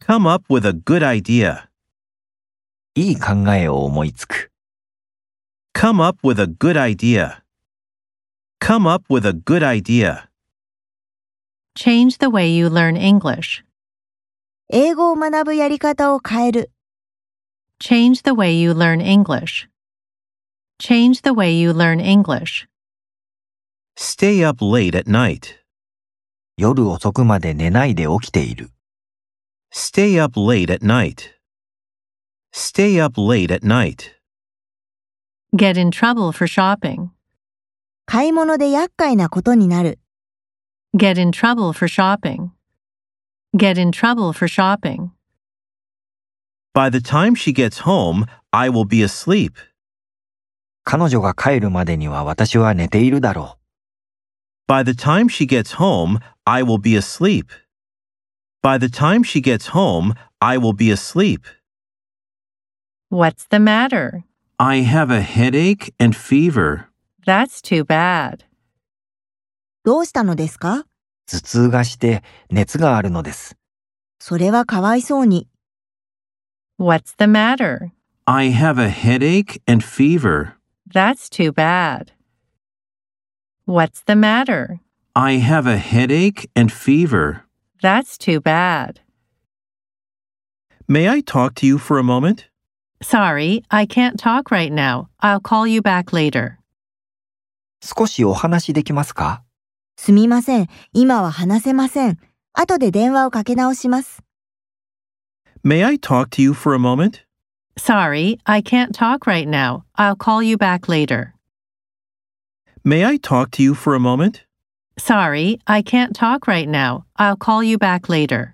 Come up with a good idea. いい考えを思いつく。 Come up with a good idea. Come up with a good idea. Change the way you learn English. 英語を学ぶやり方を変える。 Change the way you learn English. Change the way you learn English. Stay up late at night. 夜遅くまで寝ないで起きている。 Stay up late at night. Stay up late at night. Get in trouble for shopping. 買い物で厄介なことになる。 Get in trouble for shopping. Get in trouble for shopping. By the time she gets home, I will be asleep. 彼女が帰るまでには私は寝ているだろ By the time she gets home, I will be asleep. By the time she gets home, I will be asleep. What's the matter? I have a headache and fever. That's too bad. どうしたのですかう。頭痛がして熱があるのです。それはかわいそうに。 What's the matter? I have a headache and fever. That's too bad. What's the matter? I have a headache and fever. That's too bad. May I talk to you for a moment? Sorry, I can't talk right now. I'll call you back later. 少しお話できますかすみません。今は話せません。後で電話をかけ直します。 May I talk to you for a moment? Sorry, I can't talk right now. I'll call you back later. May I talk to you for a moment? Sorry, I can't talk right now. I'll call you back later.